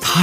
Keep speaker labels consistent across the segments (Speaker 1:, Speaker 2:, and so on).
Speaker 1: 他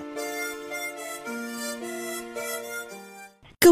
Speaker 2: 各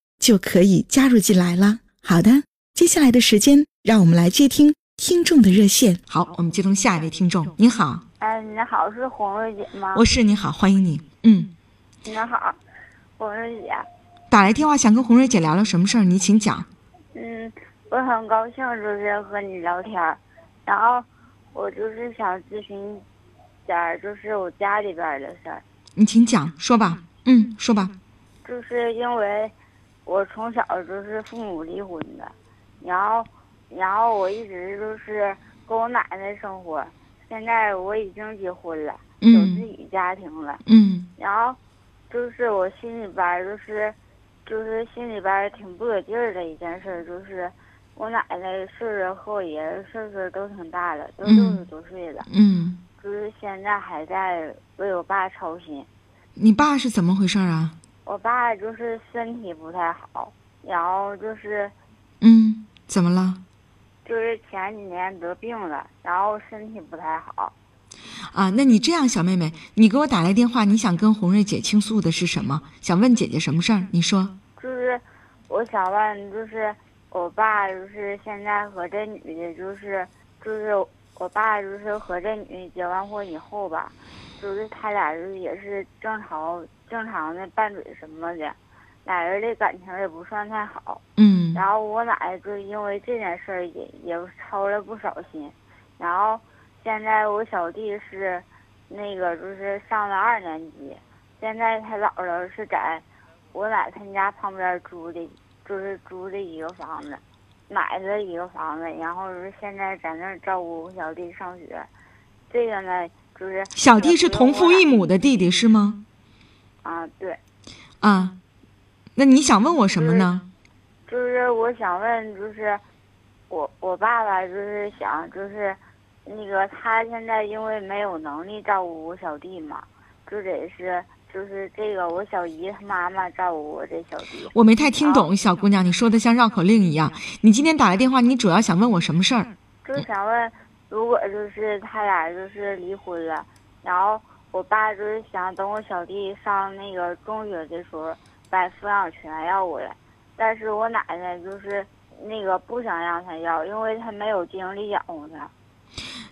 Speaker 2: 就可以加入进来了。好的，接下来的时间，让我们来接听听众的热线。好，我们接通下一位听众。您好，
Speaker 3: 哎，你好，是红瑞姐吗？
Speaker 2: 我是你好，欢迎你。嗯，
Speaker 3: 你好，红瑞姐。
Speaker 2: 打来电话想跟红瑞姐聊聊什么事儿？你请讲。
Speaker 3: 嗯，我很高兴就是和你聊天儿，然后我就是想咨询点儿，就是我家里边儿的事儿，
Speaker 2: 你请讲，说吧。嗯，说吧。
Speaker 3: 就是因为我从小就是父母离婚的，然后然后我一直就是跟我奶奶生活，现在我已经结婚了，有
Speaker 2: 嗯
Speaker 3: 自己家庭了。
Speaker 2: 嗯
Speaker 3: 然后就是我心里边儿就是就是心里边儿挺不得劲儿的一件事儿，就是我奶奶岁数和我爷爷岁数都挺大了，都
Speaker 2: 嗯
Speaker 3: 六十多岁了，
Speaker 2: 嗯，
Speaker 3: 就是现在还在为我爸操心。
Speaker 2: 你爸是怎么回事儿啊？
Speaker 3: 我爸就是身体不太好，然后就是
Speaker 2: 嗯，怎么了？
Speaker 3: 就是前几年得病了，然后身体不太好。
Speaker 2: 啊，那你这样，小妹妹，你给我打来电话，你想跟红瑞姐倾诉的是什么？想问姐姐什么事儿？你说。
Speaker 3: 就是我想问，就是我爸就是现在和这女的，就是就是我爸就是和这女的结完婚以后吧，就是他俩就是也是正常正常的拌嘴什么的，俩人的感情也不算太好。
Speaker 2: 嗯
Speaker 3: 然后我奶奶就是因为这件事儿也也操了不少心，然后现在我小弟是那个就是上了二年级，现在他姥姥是在我奶他们家旁边租的，就是租的一个房子，买的一个房子，然后是现在在那儿照顾我小弟上学，这个呢就是
Speaker 2: 小弟是同父异母的弟弟是吗？
Speaker 3: 啊，对。
Speaker 2: 啊，那你想问我什么呢？
Speaker 3: 就是我想问，就是我我爸爸就是想就是那个他现在因为没有能力照顾我小弟嘛，就得是就是这个我小姨她妈妈照顾我这小弟。
Speaker 2: 我没太听懂，小姑娘，你说的像绕口令一样。你今天打来电话，你主要想问我什么事儿？
Speaker 3: 就是想问，如果就是他俩就是离婚了，然后我爸就是想等我小弟上那个中学的时候把抚养权要过来，但是我奶奶就是那个不想让他要，因为他没有精力养活他。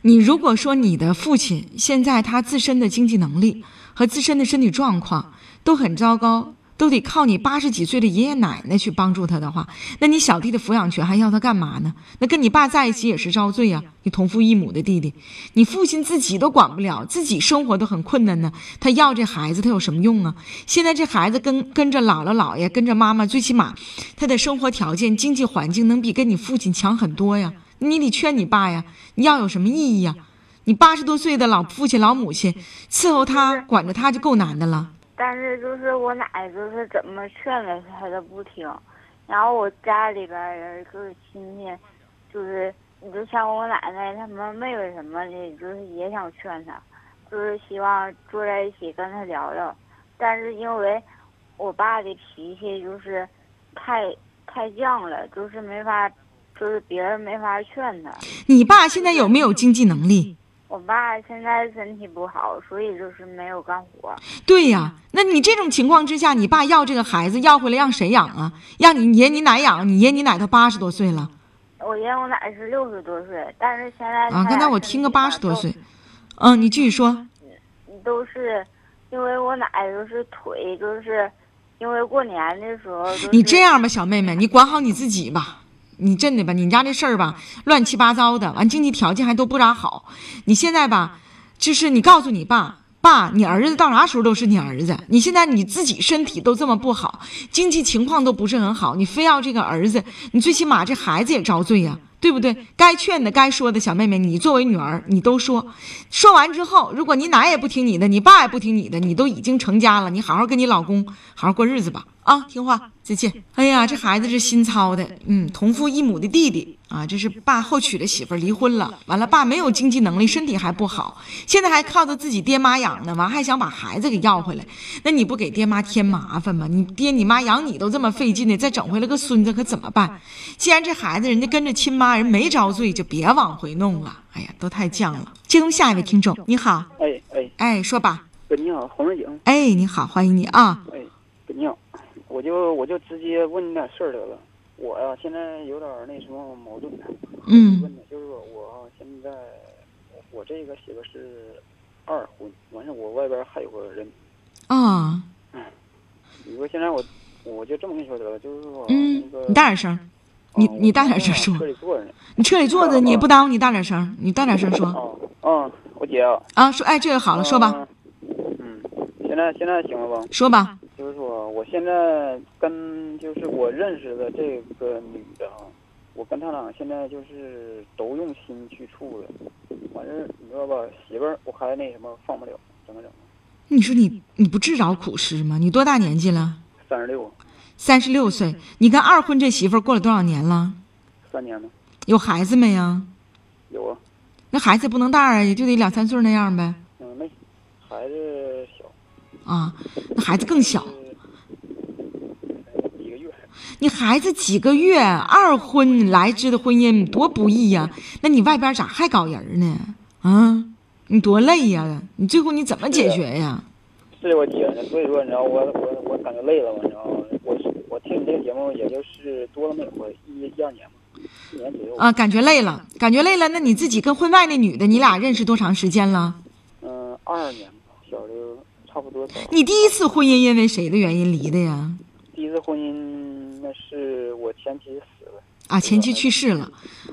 Speaker 2: 你如果说你的父亲现在他自身的经济能力和自身的身体状况都很糟糕，都得靠你八十几岁的爷爷奶奶去帮助他的话，那你小弟的抚养权还要他干嘛呢？那跟你爸在一起也是遭罪呀、你同父异母的弟弟，你父亲自己都管不了，自己生活都很困难呢，他要这孩子他有什么用啊？现在这孩子跟跟着姥姥姥爷，跟着妈妈，最起码他的生活条件、经济环境能比跟你父亲强很多呀。你得劝你爸呀，你要有什么意义呀？你八十多岁的老父亲、老母亲伺候他、管着他就够难的了。
Speaker 3: 但是就是我奶奶就是怎么劝了她她都不听，然后我家里边儿人就是亲戚，就是你就像我奶奶他们妹妹什么的，就是也想劝她，就是希望坐在一起跟她聊聊，但是因为我爸的脾气就是太太犟了，就是没法，就是别人没法劝他。
Speaker 2: 你爸现在有没有经济能力？
Speaker 3: 我爸现在身体不好，所以就是没有干活。
Speaker 2: 对呀、那你这种情况之下，你爸要这个孩子要回来让谁养啊？让你爷你奶养？你爷你奶都八十多岁了
Speaker 3: 我爷我奶是六十多岁，但是现在
Speaker 2: 啊！
Speaker 3: 他
Speaker 2: 刚才
Speaker 3: 俩
Speaker 2: 我
Speaker 3: 身
Speaker 2: 听个
Speaker 3: 体吧
Speaker 2: 八十多岁，嗯，你继续说。
Speaker 3: 都，都是因为我奶就是腿就是因为过年的时候都是，
Speaker 2: 你这样吧，小妹妹，你管好你自己吧。你真的吧，你家这事儿吧，乱七八糟的，完经济条件还都不咋好。你现在吧，就是你告诉你爸，爸，你儿子到啥时候都是你儿子。你现在你自己身体都这么不好，经济情况都不是很好，你非要这个儿子，你最起码这孩子也遭罪呀、对不对？该劝的、该说的，小妹妹，你作为女儿，你都说。说完之后，如果你奶也不听你的，你爸也不听你的，你都已经成家了，你好好跟你老公好好过日子吧。啊，听话，再见。哎呀，这孩子是新操的，嗯，同父异母的弟弟啊，这是爸后娶的媳妇儿，离婚了。完了，爸没有经济能力，身体还不好，现在还靠着自己爹妈养呢，完还想把孩子给要回来，那你不给爹妈添麻烦吗？你爹你妈养你都这么费劲的，再整回来个孙子可怎么办？既然这孩子人家跟着亲妈，人没遭罪，就别往回弄了。哎呀，都太犟了。接通下一位听众，你好，
Speaker 4: 哎哎，
Speaker 2: 哎，说吧，
Speaker 4: 哥你好，洪瑞景，
Speaker 2: 哎，你好，欢迎你啊，
Speaker 4: 哎，哥你好，我就我就直接问你点事儿得了。我呀、现在有点儿那什么矛盾，
Speaker 2: 嗯
Speaker 4: 问的就是我啊现在我这个媳妇是二婚，完事我外边还有个人。
Speaker 2: 啊、
Speaker 4: 你说现在我我就这么跟你说得了，就是说
Speaker 2: 嗯
Speaker 4: 那个，
Speaker 2: 你大点声儿，你
Speaker 4: 啊
Speaker 2: 你大点声说
Speaker 4: 我在车里坐着呢。
Speaker 2: 你车里坐着，你也不耽误你大点声儿，你大点声说
Speaker 4: 啊嗯，我姐啊，
Speaker 2: 啊，说哎，这个好了，说吧，
Speaker 4: 嗯。嗯，现在现在行了吧？
Speaker 2: 说吧，
Speaker 4: 就是说，我现在跟就是我认识的这个女的哈，我跟她俩现在就是都用心去处了，完事儿你知道吧，媳妇儿我还那什么放不了，怎么整？
Speaker 2: 你说你你不自找苦吃吗？你多大年纪了？
Speaker 4: 三十六，
Speaker 2: 三十六岁，你跟二婚这媳妇儿过了多少年了？
Speaker 4: 三年吗？
Speaker 2: 有孩子没呀？
Speaker 4: 有啊，
Speaker 2: 那孩子也不能大啊，也就得两三岁那样呗。
Speaker 4: 嗯，没，孩子小，
Speaker 2: 啊，那孩子更小，
Speaker 4: 就是一个月，
Speaker 2: 你孩子几个月，二婚来之的婚姻多不易呀、那你外边咋还搞人呢？啊，你多累呀、你最后你怎么解决呀？
Speaker 4: 是我姐呢，所以说你知道我我我感觉累了嘛，你知道吗？我是我听你这个节目也就是多了没有个一一二年嘛，一年左右，
Speaker 2: 啊，感觉累了，感觉累了。那你自己跟婚外那女的，你俩认识多长时间了？
Speaker 4: 嗯，二二年吧，小的差不多早。
Speaker 2: 你第一次婚姻因为谁的原因离的呀？
Speaker 4: 第一次婚姻那是我前妻死了，
Speaker 2: 啊，前妻去世了，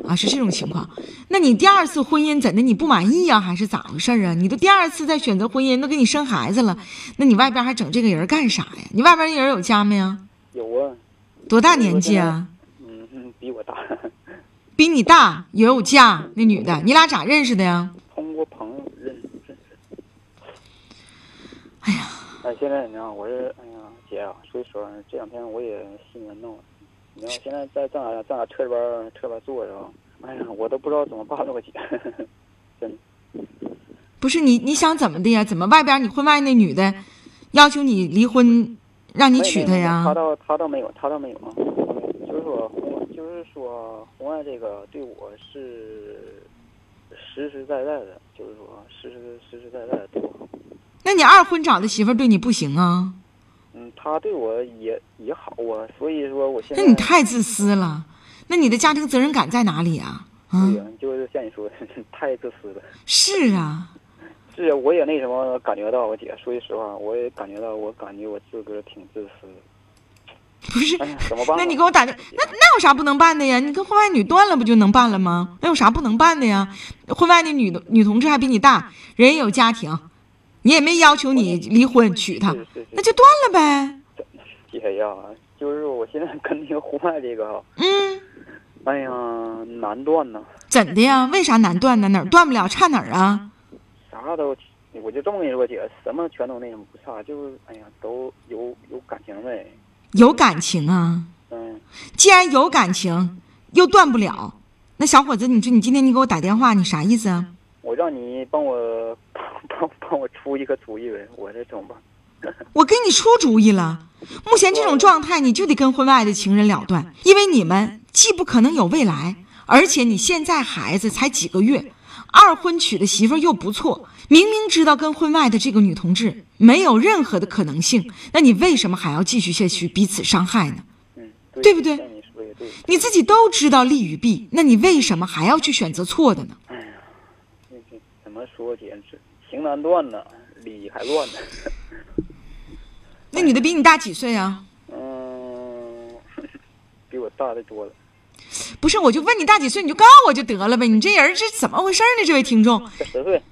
Speaker 2: 啊，是这种情况。那你第二次婚姻怎的？你不满意呀、还是咋回事儿啊？你都第二次再选择婚姻，都给你生孩子了，那你外边还整这个人干啥呀？你外边那人有家没呀？
Speaker 4: 有啊，
Speaker 2: 多大年纪啊？
Speaker 4: 嗯，嗯比我大，
Speaker 2: 比你大也有家，那女的，你俩咋认识的呀？
Speaker 4: 通过朋友认识认识。哎呀，哎，现在你知道我是，哎呀，姐啊，所以说这两天我也心烦怒，你知道现在在咱俩咱俩车里边儿车里边儿坐着啊，哎呀，我都不知道怎么办了，我姐，真的。
Speaker 2: 不是你，你想怎么的呀？怎么外边你婚外那女的要求你离婚，让你娶她
Speaker 4: 她
Speaker 2: 呀
Speaker 4: 他？倒他倒没有，他倒没有啊。就是说红，就是说红爱这个对我是实实在在的，就是说实实实实在在的对我好。
Speaker 2: 那你二婚找的媳妇儿对你不行啊？
Speaker 4: 嗯，他对我也也好啊，所以说我现在
Speaker 2: 那你太自私了。那你的家庭责任感在哪里啊？啊
Speaker 4: 对，呀就是像你说的， 太自私了。
Speaker 2: 是啊，
Speaker 4: 是，我也那什么感觉到，我姐说句实话，我也感觉到，我感觉我自个儿挺自私的。
Speaker 2: 不是
Speaker 4: 哎呀，怎么办 呢？
Speaker 2: 那你给我打电，那那有啥不能办的呀？你跟婚外女断了不就能办了吗？那有啥不能办的呀？婚外那女的女同志还比你大，人也有家庭，你也没要求你离婚娶她
Speaker 4: 是，是是
Speaker 2: 那就断了呗。
Speaker 4: 姐呀，啊就是我现在跟那个红爱这个啊，
Speaker 2: 嗯，
Speaker 4: 哎呀，难断呐。
Speaker 2: 怎的哎呀？为啥难断呢？哪儿断不了，差哪儿啊？
Speaker 4: 啥都，我就这么跟你说，姐，什么全都那什么不差，就是哎呀，都有有感情呗，
Speaker 2: 有感情啊！
Speaker 4: 嗯，
Speaker 2: 既然有感情，又断不了，那小伙子，你说你今天你给我打电话，你啥意思啊？
Speaker 4: 我让你帮我帮 帮我出一个主意呗，我这怎么办？
Speaker 2: 我给你出主意了，目前这种状态，你就得跟婚外的情人了断，因为你们既不可能有未来，而且你现在孩子才几个月，二婚娶的媳妇儿又不错，明明知道跟婚外的这个女同志没有任何的可能性，那你为什么还要继续下去彼此伤害呢？
Speaker 4: 嗯，对
Speaker 2: 对不对
Speaker 4: 像你说的对，
Speaker 2: 你自己都知道利与弊，那你为什么还要去选择错的呢？
Speaker 4: 这这怎么说，姐，这情难断呐，理还乱呢，
Speaker 2: 那女的比你大几岁啊？
Speaker 4: 嗯， 比我大的多了。
Speaker 2: 不是，我就问你大几岁，你就告我就得了呗。你这人这怎么回事呢？这位听众，
Speaker 4: 才十岁，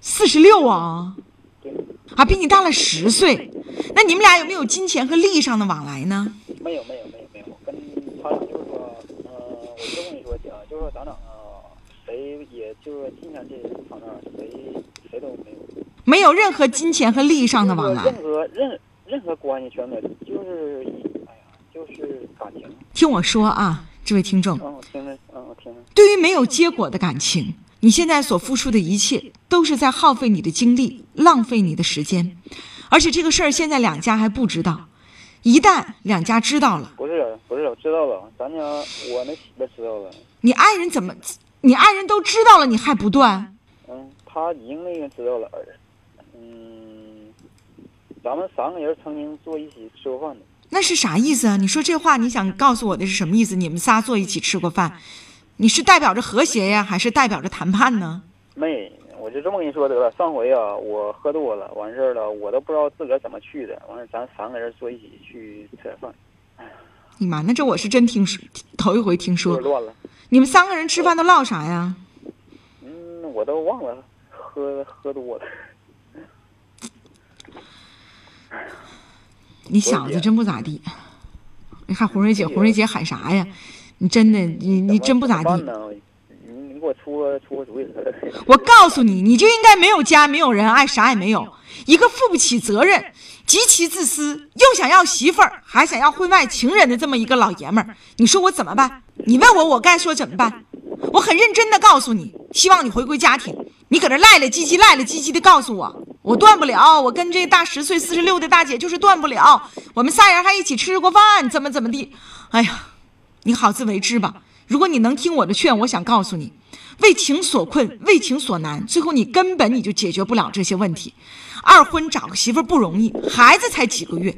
Speaker 2: 四十六啊，
Speaker 4: 对，
Speaker 2: 啊，比你大了十岁。那你们俩有没有金钱和利益上的往来呢？
Speaker 4: 没有没有没有没有，跟他俩就是说，嗯、我就跟你说姐啊，就是说咱俩啊，谁也就是今天这方面谁谁都没有，
Speaker 2: 没有任何金钱和利益上的往来
Speaker 4: 任。何任任何关系全没有，就是哎呀，就是感情。
Speaker 2: 听我说啊，这位听众，
Speaker 4: 嗯，我听着，嗯，我听着，
Speaker 2: 对于没有结果的感情，你现在所付出的一切都是在耗费你的精力，浪费你的时间，而且这个事儿现在两家还不知道，一旦两家知道了，
Speaker 4: 不是不是，我知道了，咱家我那媳妇知道了，
Speaker 2: 你爱人怎么，你爱人都知道了，你还不断？
Speaker 4: 嗯，他已经那个知道了，儿子，嗯，咱们三个人曾经坐一起吃过饭的，
Speaker 2: 那是啥意思啊？你说这话，你想告诉我的是什么意思？你们仨坐一起吃过饭，你是代表着和谐呀，还是代表着谈判呢？
Speaker 4: 没，我就这么跟你说得了。上回啊，我喝多了，完事儿了，我都不知道自个儿怎么去的。完事儿，咱三个人坐一起去吃点饭，
Speaker 2: 你妈，那这我是真听说，头一回听
Speaker 4: 有
Speaker 2: 说
Speaker 4: 点。乱了。
Speaker 2: 你们三个人吃饭都唠啥呀？
Speaker 4: 嗯，我都忘了，喝喝多了。
Speaker 2: 你小子真不咋地，你看红瑞姐，
Speaker 4: 红姐
Speaker 2: 红瑞姐喊啥呀？你真的，你你真不咋
Speaker 4: 怎么办
Speaker 2: 地。
Speaker 4: 呢？你你给我出个出个主意。
Speaker 2: 我告诉你，你就应该没有家，没有人爱，啥也没有。一个负不起责任、极其自私，又想要媳妇儿，还想要婚外情人的这么一个老爷们儿，你说我怎么办？你问我，我该说怎么办？我很认真的告诉你，希望你回归家庭。你搁这赖赖唧唧、赖赖唧唧的告诉我，我断不了，我跟这大十岁、四十六的大姐就是断不了。我们仨人还一起吃过饭，怎么怎么地？哎呀，你好自为之吧。如果你能听我的劝，我想告诉你，为情所困，为情所难，最后你根本你就解决不了这些问题。二婚找个媳妇儿不容易，孩子才几个月。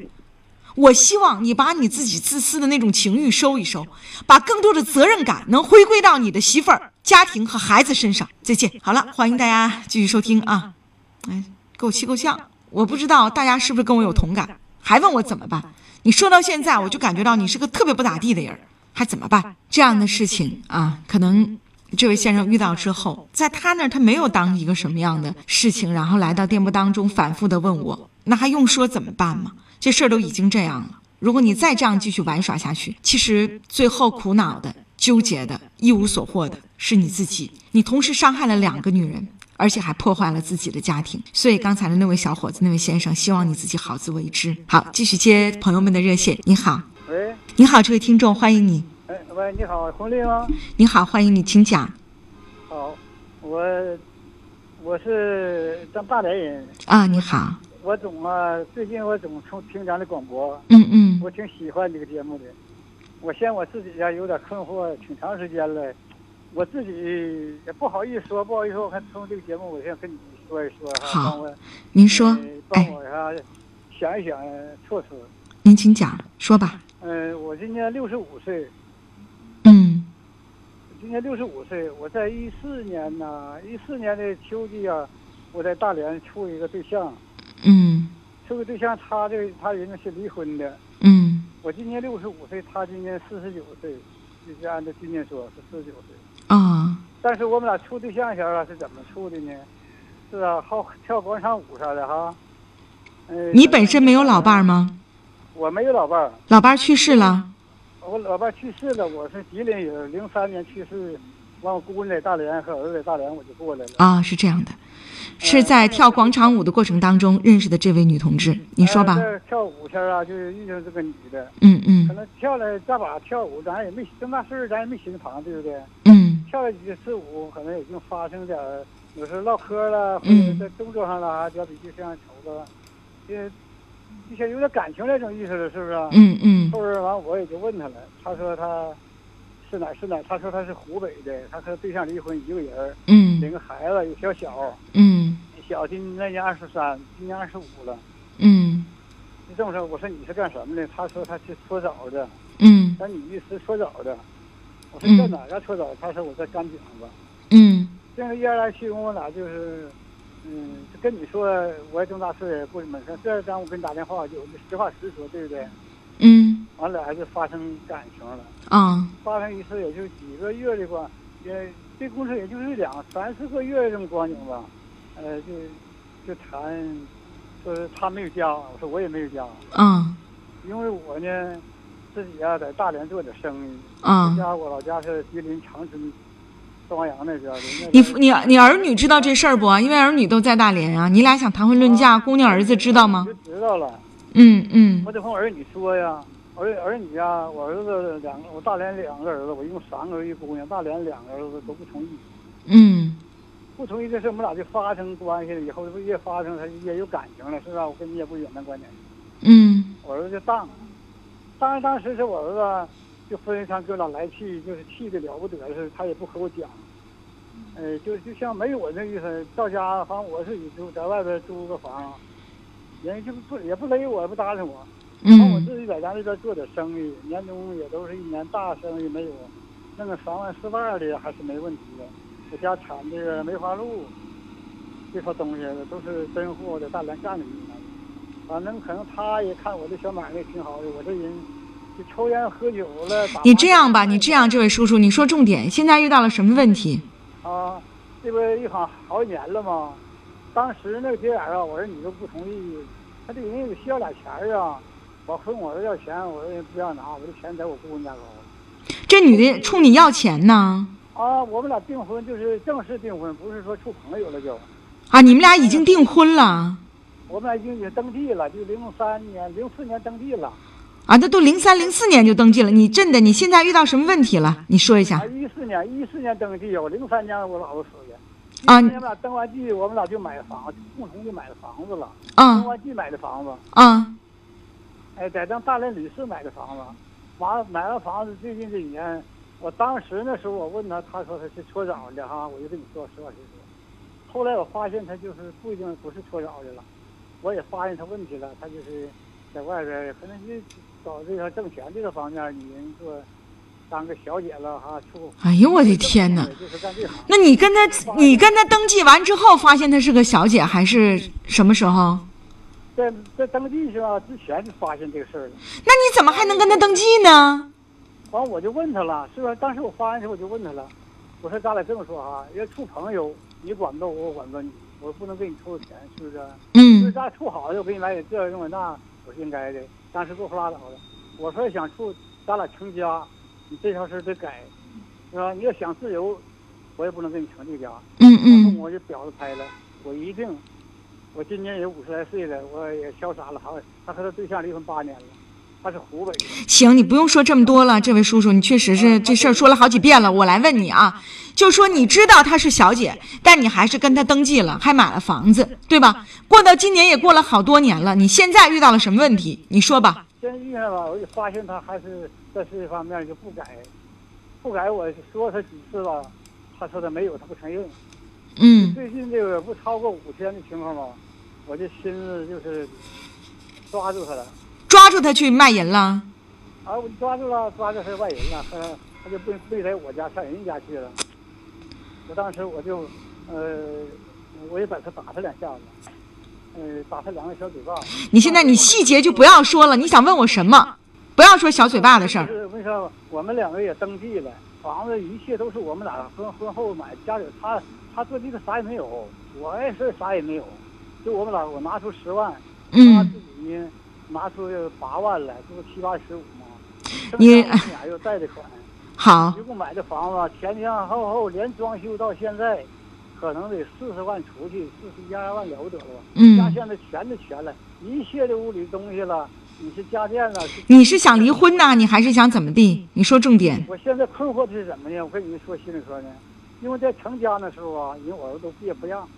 Speaker 2: 我希望你把你自己自私的那种情欲收一收，把更多的责任感能回归到你的媳妇儿、家庭和孩子身上。再见。好了，欢迎大家继续收听啊！哎，给我气够呛，我不知道大家是不是跟我有同感，还问我怎么办？你说到现在，我就感觉到你是个特别不咋地的人儿，还怎么办？这样的事情啊，可能这位先生遇到之后，在他那儿他没有当一个什么样的事情，然后来到电波当中反复的问我，那还用说怎么办吗？这事儿都已经这样了，如果你再这样继续玩耍下去，其实最后苦恼的、纠结的、一无所获的是你自己。你同时伤害了两个女人，而且还破坏了自己的家庭。所以刚才的那位小伙子、那位先生，希望你自己好自为之。好，继续接朋友们的热线。你好，
Speaker 5: 喂，
Speaker 2: 你好，这位听众，欢迎你。
Speaker 5: 哎，喂，你好，红丽吗？
Speaker 2: 你好，欢迎你，请讲
Speaker 5: 好，我我是咱大连人，
Speaker 2: 啊。你好，
Speaker 5: 我总啊，最近我总从听咱的广播，
Speaker 2: 嗯嗯
Speaker 5: 我挺喜欢这个节目的。我现在我自己呀、有点困惑，挺长时间了，我自己也不好意思说，不好意思说，我看从这个节目，我想跟你说一说哈，
Speaker 2: 好
Speaker 5: 帮我
Speaker 2: 您说
Speaker 5: 呃，帮
Speaker 2: 哎，
Speaker 5: 我啥、想一想措施。
Speaker 2: 您请讲，说吧。
Speaker 5: 嗯、我今年六十五岁，
Speaker 2: 嗯
Speaker 5: 今年六十五岁，我在一四年呐、一四年的秋季啊，我在大连处一个对象，
Speaker 2: 嗯
Speaker 5: 处个对象，他这他人家是离婚的，
Speaker 2: 嗯
Speaker 5: 我今年六十五岁，他今年四十九岁，就是按照今年说是四十九岁。
Speaker 2: 啊、
Speaker 5: 但是我们俩处对象前啊是怎么处的呢？是啊，好跳广场舞啥的哈。呃，
Speaker 2: 你本身没有老伴儿
Speaker 5: 吗？
Speaker 2: 吗？
Speaker 5: 我没有老伴儿，
Speaker 2: 老伴儿去世了。
Speaker 5: 我老伴儿去世了，我是吉林人，零三年去世，完我姑姑在大连和儿子在大连，我就过来了。
Speaker 2: 啊，是这样的，是在跳广场舞的过程当中认识的这位女同志，你说吧
Speaker 5: 哎。在跳舞前啊，就是遇上这个女的，
Speaker 2: 嗯
Speaker 5: 可
Speaker 2: 嗯
Speaker 5: 能跳了这把跳舞，咱也没这么大岁数，咱也没寻思旁，对不对？
Speaker 2: 嗯
Speaker 5: 跳了几次舞，可能也就发生点儿，有时候唠嗑了，或
Speaker 2: 嗯
Speaker 5: 者在动作上啦，脚比对象瞅着，就是就像有点感情那种意思了，是不是啊？
Speaker 2: 嗯嗯
Speaker 5: 后边完我也就问他了，他说他是哪是哪，他说他是湖北的，他和对象离婚，一个人儿，领
Speaker 2: 嗯
Speaker 5: 个孩子，有小小，
Speaker 2: 嗯
Speaker 5: 小今那年二十三，今年二十五了。
Speaker 2: 嗯
Speaker 5: 就这么说，我说你是干什么的？他说他是搓澡的，
Speaker 2: 嗯
Speaker 5: 咱女的是搓澡的。我说
Speaker 2: 嗯
Speaker 5: 你在哪儿啊搓澡？他说我在干井子。
Speaker 2: 嗯
Speaker 5: 这样一来去，我俩就是嗯，跟你说我也这么大岁数也不怎么事，这单我给你打电话，有的实话实说，对不对？
Speaker 2: 嗯
Speaker 5: 完了还是发生感情了，
Speaker 2: 啊
Speaker 5: 发生一次也就几个月的光，也这公司也就是两三四个月这么光景吧，呃，就就谈，说是他没有家，我说我也没有家，
Speaker 2: 啊
Speaker 5: 因为我呢，自己啊在大连做点生意，
Speaker 2: 啊！
Speaker 5: 家我老家是吉林长春，朝阳那边的。那边
Speaker 2: 你父你你儿女知道这事儿不啊？因为儿女都在大连啊，你俩想谈婚论嫁，姑娘儿子知道吗
Speaker 5: 我？就知道了，
Speaker 2: 嗯嗯
Speaker 5: 我得和我儿女说呀。儿儿女呀，我儿子两个，我大连两个儿子，我一共三个儿子一姑娘，大连两个儿子都不同意，
Speaker 2: 嗯
Speaker 5: 不同意这事，我们俩就发生关系了。以后这不越发生，他也有感情了，是吧？我跟你也不远的观点，
Speaker 2: 嗯
Speaker 5: 我儿子就当，当然当时是我儿子就非常给我俩来气，就是气的了不得似的，他也不和我讲，呃，就就像没有我那意思，到家反正我自己住，在外边租个房，人家就不也不勒我，也不搭理我，然后我
Speaker 2: 嗯
Speaker 5: 自己在家那边做点生意，年终也都是一年大生意，没有弄个三万四万的还是没问题的。我家产这个梅花鹿，这套东西都是真货，在大连干的呢。反正可能他也看我这小买卖挺好的，我这人就抽烟喝酒了。打麻将
Speaker 2: 你这样吧，你这样，这位叔叔，你说重点，现在遇到了什么问题？
Speaker 5: 啊，这不一晃好几年了吗？当时那个节点啊，我说你都不同意，他这人也需要俩钱儿啊。我问我说要钱，我说不要拿，我这钱在我姑娘家搞。
Speaker 2: 这女的冲你要钱呢？
Speaker 5: 啊，我们俩订婚就是正式订婚，不是说处朋友了就。
Speaker 2: 啊，你们俩已经订婚了
Speaker 5: 我们俩已经也登记了，就零三年、零四年登记了。
Speaker 2: 啊？那都零三零四年就登记了，你真的，你现在遇到什么问题了？你说一下
Speaker 5: 啊，一四年，一四年登记，我零三年我老婆死的。
Speaker 2: 啊
Speaker 5: 14年我们俩登完记，我们俩就买房，共同就买了房子了。
Speaker 2: 啊
Speaker 5: 登完记买的房子。
Speaker 2: 啊
Speaker 5: 哎，在咱大连旅社买的房子，完了买完房子，最近这几年，我当时那时候我问他，他说他是搓澡的哈，我就跟你说实话实说。后来我发现他就是不一定不是搓澡的了，我也发现他问题了，他就是在外边儿可能是搞这个挣钱这个方面儿，女人做当个小姐了哈，处。
Speaker 2: 哎呦我的天哪！
Speaker 5: 就是干这行。
Speaker 2: 那你跟他，你跟他登记完之后，发现她是个小姐，还是什么时候？
Speaker 5: 在在登记是吧？之前就发现这个事儿了。
Speaker 2: 那你怎么还能跟他登记呢？
Speaker 5: 完我就问他了，是不是？当时我发完之后我就问他了，我说咱俩这么说啊，要处朋友，你管不着我，我管不着你，我不能给你出钱，是不是？就是
Speaker 2: 嗯
Speaker 5: 咱俩处好了，我给你买点这用点那，我是应该的。当时给我拉倒了，我说想处咱俩成家，你这条事儿得改，是吧？你要想自由，我也不能跟你成这家。
Speaker 2: 嗯
Speaker 5: 我父
Speaker 2: 嗯
Speaker 5: 母就表示开了，我一定，我今年也五十来岁了，我也潇洒了，还还和他对象离婚八年了，他是湖北的。
Speaker 2: 行，你不用说这么多了，这位叔叔，你确实是这事儿说了好几遍了。我来问你啊，就说你知道她是小姐，但你还是跟她登记了，还买了房子，对吧？过到今年也过了好多年了，你现在遇到了什么问题？你说吧。
Speaker 5: 真遇上吧，我就发现他还是在这方面就不改，不改。我说他几次吧，他说他没有，他不承认。
Speaker 2: 嗯
Speaker 5: 最近这个不超过五天的情况吧，我就心思就是抓住他了。
Speaker 2: 抓住她去卖淫了。
Speaker 5: 啊，我抓住了，抓住他是外人了，他他就不不在我家上人家去了。我当时我就，呃，我也把他打他两下子，呃，打他两个小嘴巴。
Speaker 2: 你现在你细节就不要说了，你想问我什么？不要说小嘴巴的事儿
Speaker 5: 就。是为啥我们两个也登记了，房子一切都是我们俩婚婚后买，家里他他做这个啥也没有，我也是啥也没有，就我们俩我拿出十万，他
Speaker 2: 嗯
Speaker 5: 自。己呢拿出八万来，这不七八十五吗？
Speaker 2: 你
Speaker 5: 剩下我们俩又贷的款，
Speaker 2: 好
Speaker 5: 一，共买的房子前前后后连装修到现在，可能得四十万出去，四十一二万了不得了吧？家
Speaker 2: 嗯，
Speaker 5: 现在全的全了，一切的屋里东西了，你是家电了，是
Speaker 2: 你是想离婚呐、你还是想怎么地？你说重点。
Speaker 5: 我现在困惑的是什么呢？我跟你们说心里说呢，因为在成家那时候啊，人我儿子都不也不让。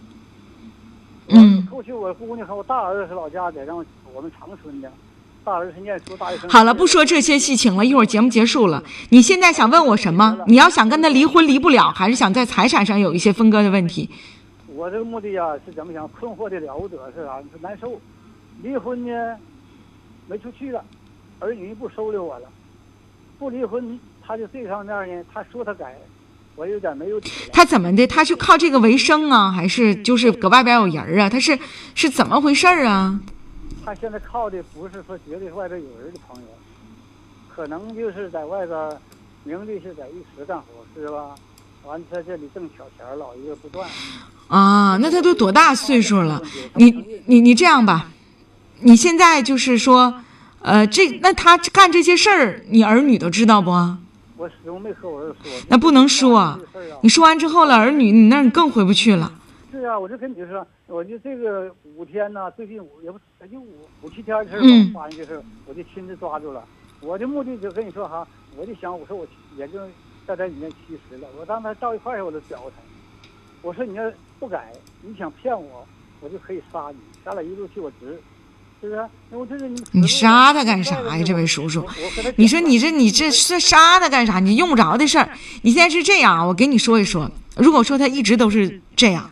Speaker 2: 嗯，
Speaker 5: 后去我姑娘和我大儿子是老家在让我们长春的，大儿子念书，大学生。
Speaker 2: 好了，不说这些细情了，一会儿节目结束了。你现在想问我什么？你要想跟他离婚离不了，还是想在财产上有一些分割的问题？
Speaker 5: 我这个目的啊是怎么想？困惑的了不得是啥、是难受，离婚呢，没处去了，儿女不收留我了，不离婚，他就这方面呢，他说他改，我有点没有底了。
Speaker 2: 他怎么的？他是靠这个为生啊，还是就是搁外边有人儿啊？他是是怎么回事儿啊？
Speaker 5: 他现在靠的不是说绝对外边有人的朋友，可能就是在外边儿名利是在一时干活，是吧？完在这里挣小钱儿，老一个不赚。
Speaker 2: 啊，那他都多大岁数了？你你你这样吧，你现在就是说，呃，这那他干这些事儿，你儿女都知道不？
Speaker 5: 我始终没和我儿子说。
Speaker 2: 那不能说啊
Speaker 5: 这事儿啊
Speaker 2: 你说完之后了，儿女你那儿你更回不去了。
Speaker 5: 是啊，我就跟你说，我就这个五天呢、最近五也不也就五五七天的事儿吧，
Speaker 2: 嗯
Speaker 5: 发生这事儿，我就亲自抓住了。我的目的就跟你说哈，我就想，我说我也就在这里面七十了，我当他到一块儿我就表他，我说你要不改，你想骗我，我就可以杀你，咱俩一路去我值，是不是？那我这是你
Speaker 2: 你杀他干啥呀，这位叔叔
Speaker 5: 我？和他
Speaker 2: 你说你这
Speaker 5: 讲
Speaker 2: 你这是杀他干啥？你用不着的事儿。你现在是这样啊，我给你说一说。如果说他一直都是这样，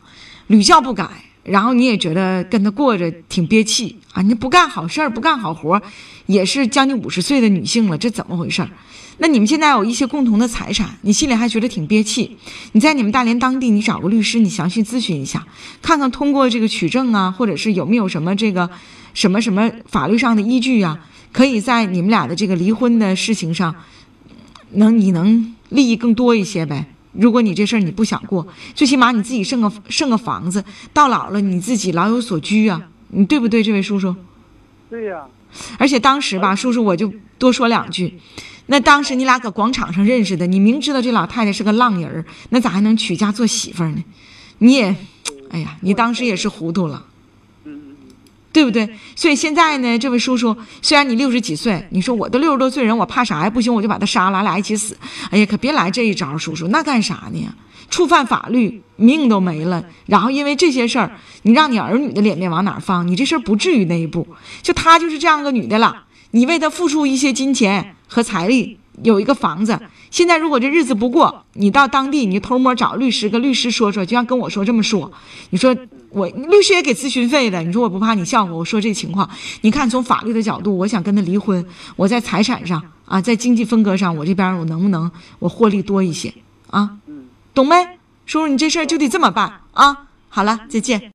Speaker 2: 屡教不改，然后你也觉得跟他过着挺憋气啊，你不干好事儿，不干好活儿，也是将近五十岁的女性了，这怎么回事儿？那你们现在有一些共同的财产，你心里还觉得挺憋气。你在你们大连当地，你找个律师，你详细咨询一下，看看通过这个取证啊，或者是有没有什么这个什么什么法律上的依据啊，可以在你们俩的这个离婚的事情上，能你能利益更多一些呗。如果你这事儿你不想过，最起码你自己剩个剩个房子，到老了你自己老有所居啊，你对不对，这位叔叔？
Speaker 5: 对呀、
Speaker 2: 而且当时
Speaker 5: 嗯
Speaker 2: 吧，叔叔我就多说两句。那当时你俩搁广场上认识的，你明知道这老太太是个浪人儿，那咋还能娶嫁做媳妇儿呢？你也，哎呀，你当时也是糊涂了，
Speaker 5: 嗯嗯
Speaker 2: 对不对？所以现在呢，这位叔叔，虽然你六十几岁，你说我都六十多岁人，我怕啥呀？不行，我就把他杀了，俺俩一起死。哎呀，可别来这一招，叔叔，那干啥呢？触犯法律，命都没
Speaker 5: 嗯
Speaker 2: 了。然后因为这些事儿，你让你儿女的脸面往哪儿放？你这事儿不至于那一步。就她就是这样个女的嗯了，你为她付出一些金钱和财力，有一个房子。现在如果这日子不过，你到当地你就偷摸找律师，跟律师说说，就像跟我说这么说。你说我律师也给咨询费的，你说我不怕你笑话？我说这情况，你看从法律的角度，我想跟他离婚，我在财产上啊，在经济分割上，我这边我能不能我获利多一些啊？
Speaker 5: 嗯嗯。
Speaker 2: 懂没？叔叔，你这事儿就得这么办啊！好了，再见。